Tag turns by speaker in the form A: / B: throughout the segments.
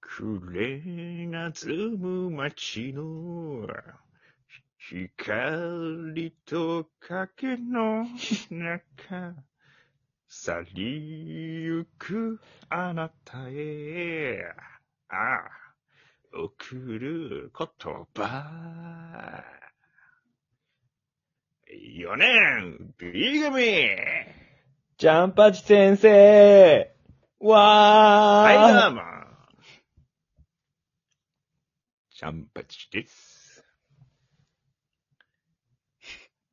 A: 暮れが積む街の光と影の中去りゆくあなたへああ送る言葉4年 B 組
B: ジャンパチ先生わ
A: はい、
B: ー
A: どうも。ジャンパチです。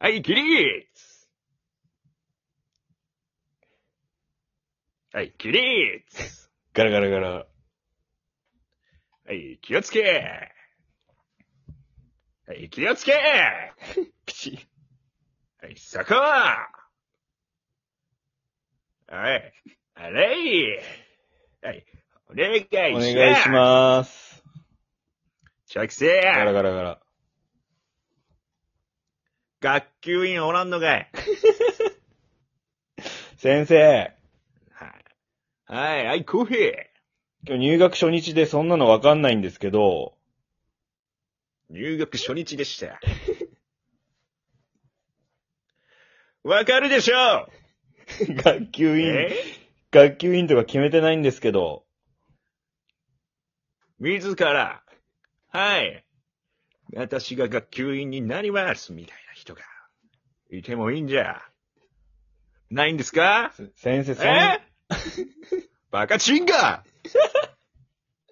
A: はい、起立はい、起立
B: ガラガラガラ。
A: はい、気をつけはい、気をつけ
B: ピチ。
A: はい、そこはい、あれはい、お願いし
B: お
A: ます。
B: 願いし
A: す。
B: ます。
A: 着席
B: ガラガラガラ。
A: 学級委員おらんのかい
B: 先生、
A: はい。はい、はい、コーヒー。
B: 今日入学初日でそんなのわかんないんです けど、
A: 入学初日でした。 わかるでしょう
B: 学級委員、
A: え
B: 学級委員とか決めてないんですけど、
A: 自ら。はい。私が学級委員になります、みたいな人が。いてもいいんじゃ。ないんですか
B: せ先生、そん
A: えバカチン ガー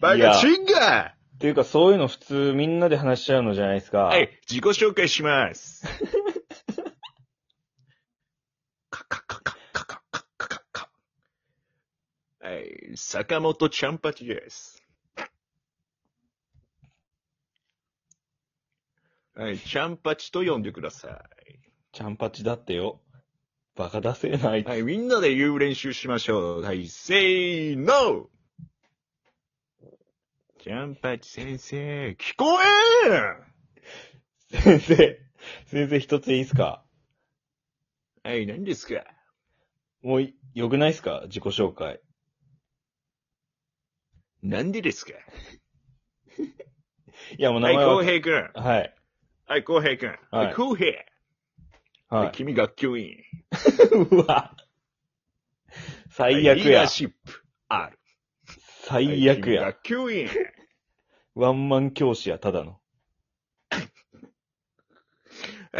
A: バ
B: いや
A: カチンガ
B: っていうかそういうの普通みんなで話しちゃうのじゃないですか。
A: ーはい、自己紹介し ます。カカカカカカカカカカ。はい、坂本ちゃんぱちです。はい、ちゃんぱちと呼んでくださ
B: ちゃんぱちだってよ。バカ出せえな、あい
A: い。
B: つ
A: はい、みんなで言う練習しましょう。はい、せーのちゃんぱち先生、聞こえん
B: 先生、先生一ついいっすか
A: はい、何ですか
B: もうい、よくないっすか自己紹介。
A: なんでですか
B: いや、もう
A: は
B: 名
A: い、
B: 前は、
A: 浩
B: はい、
A: 平くん。
B: はい。
A: はい、浩平くん。はい、浩平。はい、君学級委員。
B: うわ。最
A: リ
B: 悪
A: ーダ
B: や
A: ー。シップ。ある。
B: 最悪
A: はい
B: や。
A: 君学級委員。
B: ワンマン教師や、ただの。
A: は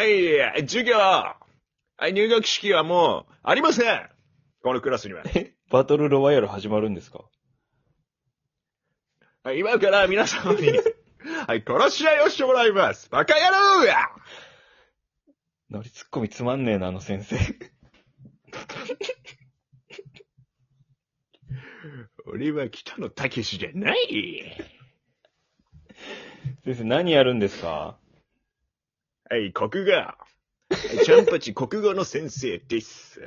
A: い、授業。はい、入学式はもう、ありません。このクラスには。
B: バトルロワイヤル始まるんですか
A: はい、今から皆様 に、はい、殺し合いをしてもらいます。バカ野郎や
B: ノリツッコミつまんねえな、あの先生。
A: 俺は北野武じゃない。
B: 先生、何やるんですか
A: はい、国語。はいちゃんぱち国語の先生です。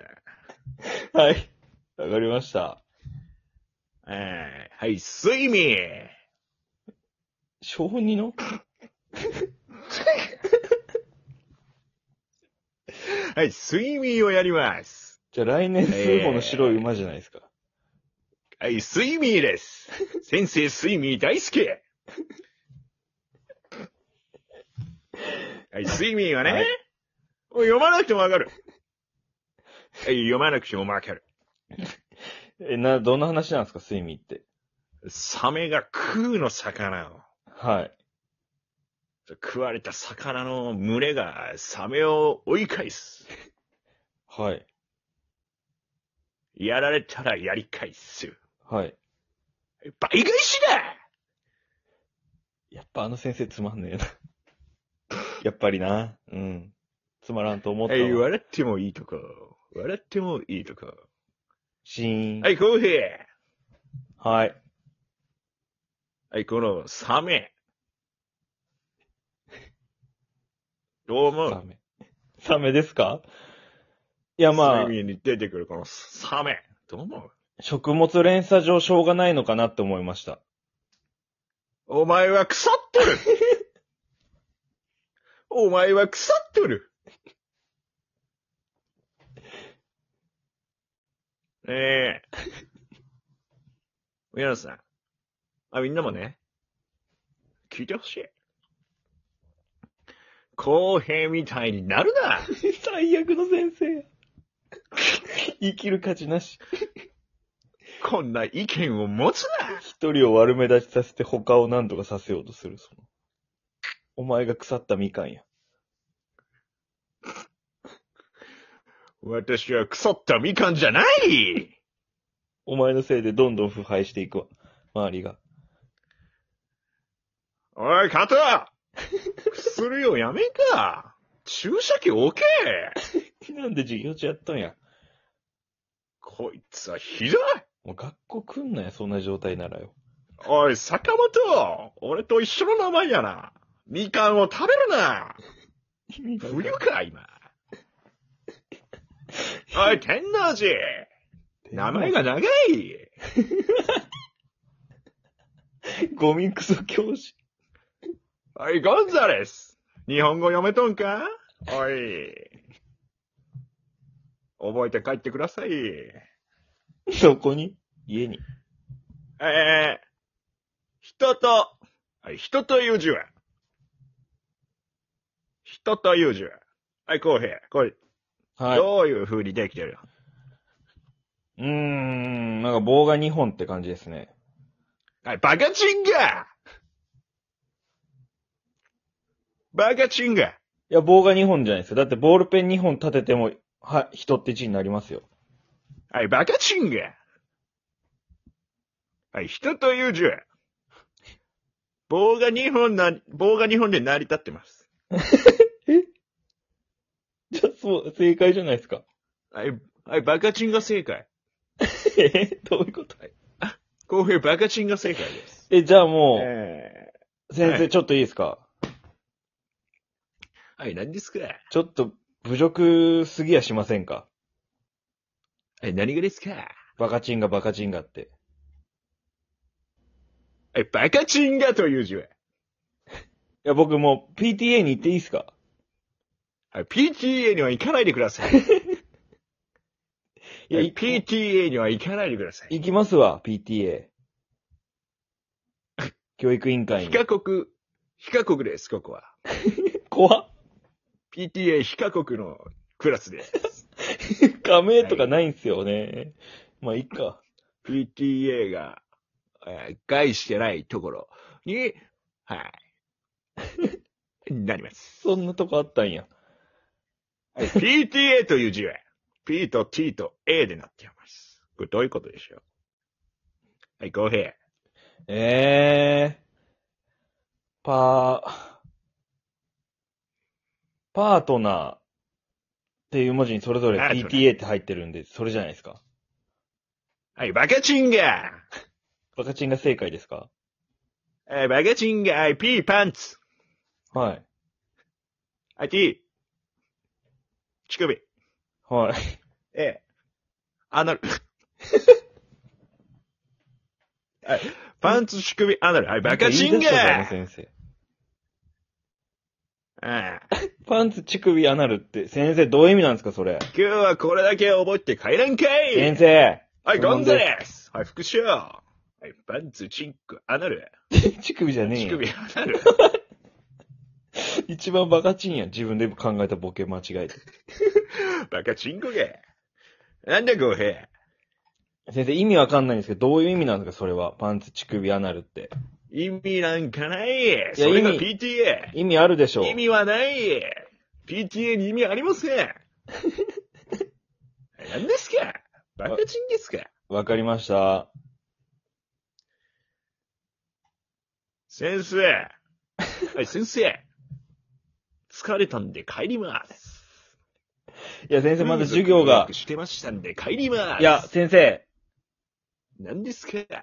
B: はい。わかりました。
A: はい、はい、睡眠。
B: 小児の
A: はい、睡眠をやります。
B: じゃあ来年、スーボの白い馬じゃないですか。
A: はい、睡眠です。先生、睡眠大好き。はい、睡眠はね、
B: はい
A: もう読まなくてもわかる。はい、読まなくてもわかる。
B: え、な、どんな話なんですか、睡眠って。
A: サメが食うの魚を。
B: はい。
A: 食われた魚の群れがサメを追い返す。
B: はい。
A: やられたらやり返す。
B: はい。
A: 倍返しだ
B: やっぱあの先生つまんねえな。 やっぱりな。うん。つまらんと思った
A: は
B: わ。
A: い、笑ってもいいとこ。笑ってもいいとこ。
B: シーン。
A: はい、コーヒー。
B: はい。
A: はい、このサメ。どう思
B: サ
A: う
B: メ。サメですかいやまあ
A: 睡、眠に出てくるこのサメ。どう思う
B: 食物連鎖上しょうがないのかなって思いました。
A: お前は腐っとるお前は腐っとるねえ。皆さん、あ、みんなもね、聞いてほしい。公平みたいになるな
B: 最悪の先生。生きる価値なし。
A: こんな意見を持つな
B: 一人を悪目立ちさせて他を何とかさせようとする、その。お前が腐ったみかんや。
A: 私は腐ったみかんじゃない
B: お前のせいでどんどん腐敗していくわ。周りが。
A: おい、加藤薬をやめんか注射器置け
B: なんで授業中やっとんや。
A: こいつはひどい
B: もう学校来んなよ、そんな状態ならよ。
A: おい、坂本俺と一緒の名前やなみかんを食べるな冬か、今。おい、天王寺名前が長い
B: ゴミクソ教師。
A: おい、ゴンザレス日本語読めとんかおい。覚えて帰ってください。
B: どこに家に。
A: えー、人と、はい、人という字は人という字ははい、公平。これ、
B: はい。う
A: どういう風にできてる
B: ーん、なんか棒が2本って感じですね。
A: はい、バカチンガバカチンガ
B: いや、棒が2本じゃないですよ。だってボールペン2本立てても、は、人って字になりますよ。
A: はい、バカチンガはい、人という字は棒が2本な、棒が2本で成り立ってます。
B: じゃあ、そう、正解じゃないですか。
A: はい、はい、バカチンが正解。
B: え どういうこと
A: 公平、バカチンが正解です。
B: え、じゃあも
A: え
B: う、先
A: は
B: 生、ちょっといいですか、
A: ー、はい、何ですか
B: ちょっと、侮辱すぎやしませんか
A: え、何がですか
B: バカチンガバカチンガって。
A: え、バカチンガという字は、
B: いや、僕もう PTA に行っていいですか
A: はい、PTA には行かないでくだ さい。はい
B: いや、い
A: PTA には行かないでください。
B: 行きますわ、PTA。教 育委員会
A: 非
B: に。
A: 科国、非科国です、ここは。
B: 怖っ
A: PTA 非科国のクラスです。
B: 加盟とかないんすよね。まあ、いっか。
A: PTA が、えー害してないところに、はい、 なります。
B: そんなとこあったんや。
A: はい PTA という字は、P と T と A でなっています。これどういうことでしょうはい、公平。
B: ええー。パー、パートナーっていう文字にそれぞれ
A: パートナー
B: PTA って入ってるんで、それじゃないですか。
A: はい、バカチンガ
B: バカチンが正解ですか
A: ーはいバカチンガー、P パンツ
B: はい。
A: はい、T。乳首。
B: はい。
A: ええ。アナル。はい。パンツ、乳首、アナル。はい、バカチン
B: なんか
A: ガ
B: 言い出したぞあ
A: ー
B: の先
A: ああ
B: 生。パンツ、乳首、アナルって、先生どういう意味なんですか、それ。
A: 今日はこれだけ覚えて帰らんか
B: 先
A: い
B: 生
A: はい、ゴンザレスはい、副賞はい、パンツ、チンク、アナル。
B: 乳首じゃねえ
A: 乳
B: よ。
A: 首、アナ ル。
B: 一番バカチンや。自分で考えたボケ間違えて。
A: バカチンコが。なんだ、ゴヘ
B: 先生、意味わかんないんですけど、どういう意味なんですか、それは。パンツ、乳首、アナルって。
A: 意味なんかない。それが
B: 意味
A: PTA。
B: 意味あるでしょう。
A: 意味はない !PTA に意味ありませ ん何ですかバカチンですか
B: わかりました。
A: 先生はい、先生疲れたんで帰ります。
B: いや、先生、まだ授業が
A: 満足。してましたんで帰ります。
B: いや、、先生、
A: 何ですか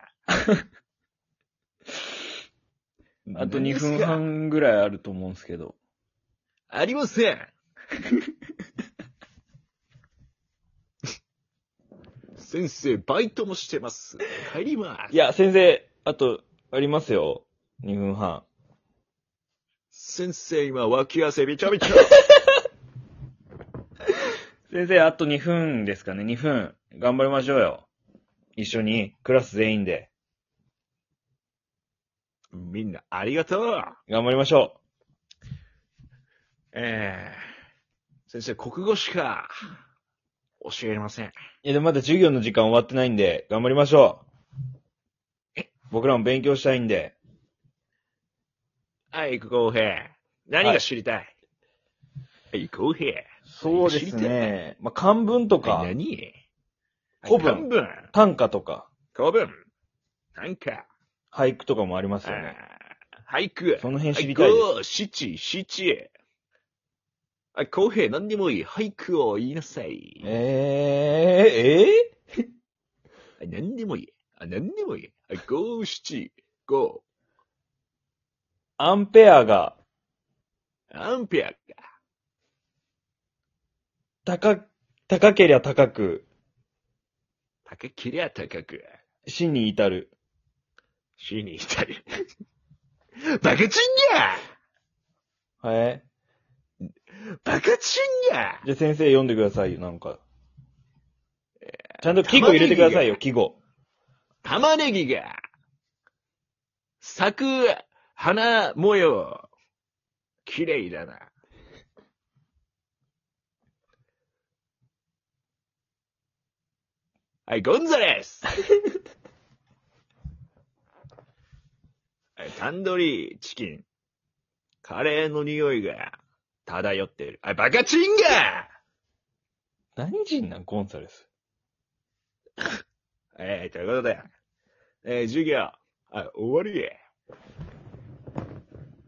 B: あと
A: 何
B: 2
A: です
B: 分
A: か
B: 半ぐらいあると思うんですけど。
A: ありませ ん先生、バイトもしてます。帰ります。
B: いや、先生、あと、ありますよ。2分半。
A: 先生、今、脇汗びちゃびちゃ。
B: 先生、あと2分ですかね、2分。頑張りましょうよ。一緒に、クラス全員で。
A: みんなありがとう
B: 頑張りましょ
A: えー、先生、国語しか教えれません。
B: う。いや、でもまだ授業の時間終わってないんで、頑張りましょう
A: え。
B: 僕らも勉強したいんで。
A: はい、公平。何が知りたいはい、公平。
B: そうですね。まあ、漢文とか
A: はい、、何
B: 古文
A: 半分。
B: 短歌とか、
A: 古文。なんか、
B: 俳句とかもありますよ
A: あ
B: ね。
A: ー俳句。
B: その辺知りたいです。
A: 五、七、七。あ、公平、何でもいい。俳句を言いなさい。
B: えー、え
A: あ何でもいい。あ、何でもいい。あ五、七、五。
B: ー、アンペアが
A: アンペアか。
B: 高、高けりゃ高く、
A: 高けりゃ高く。
B: 死に至る。
A: 死に至る。 バカチン
B: はい。
A: ギャバカチンギャ
B: じゃあ先生読んでくださいよ、なんか。ちゃんと季語入れてくださいよ、季語。
A: 玉ねぎが、咲く花模様、綺麗だな。はい、ゴンザレスはいタンドリーチキン。カレーの匂いが漂っている。あ、バカチンガ
B: 何人なん、ゴンサレス。
A: えー、ということで、えー、授業、あ、終わりや。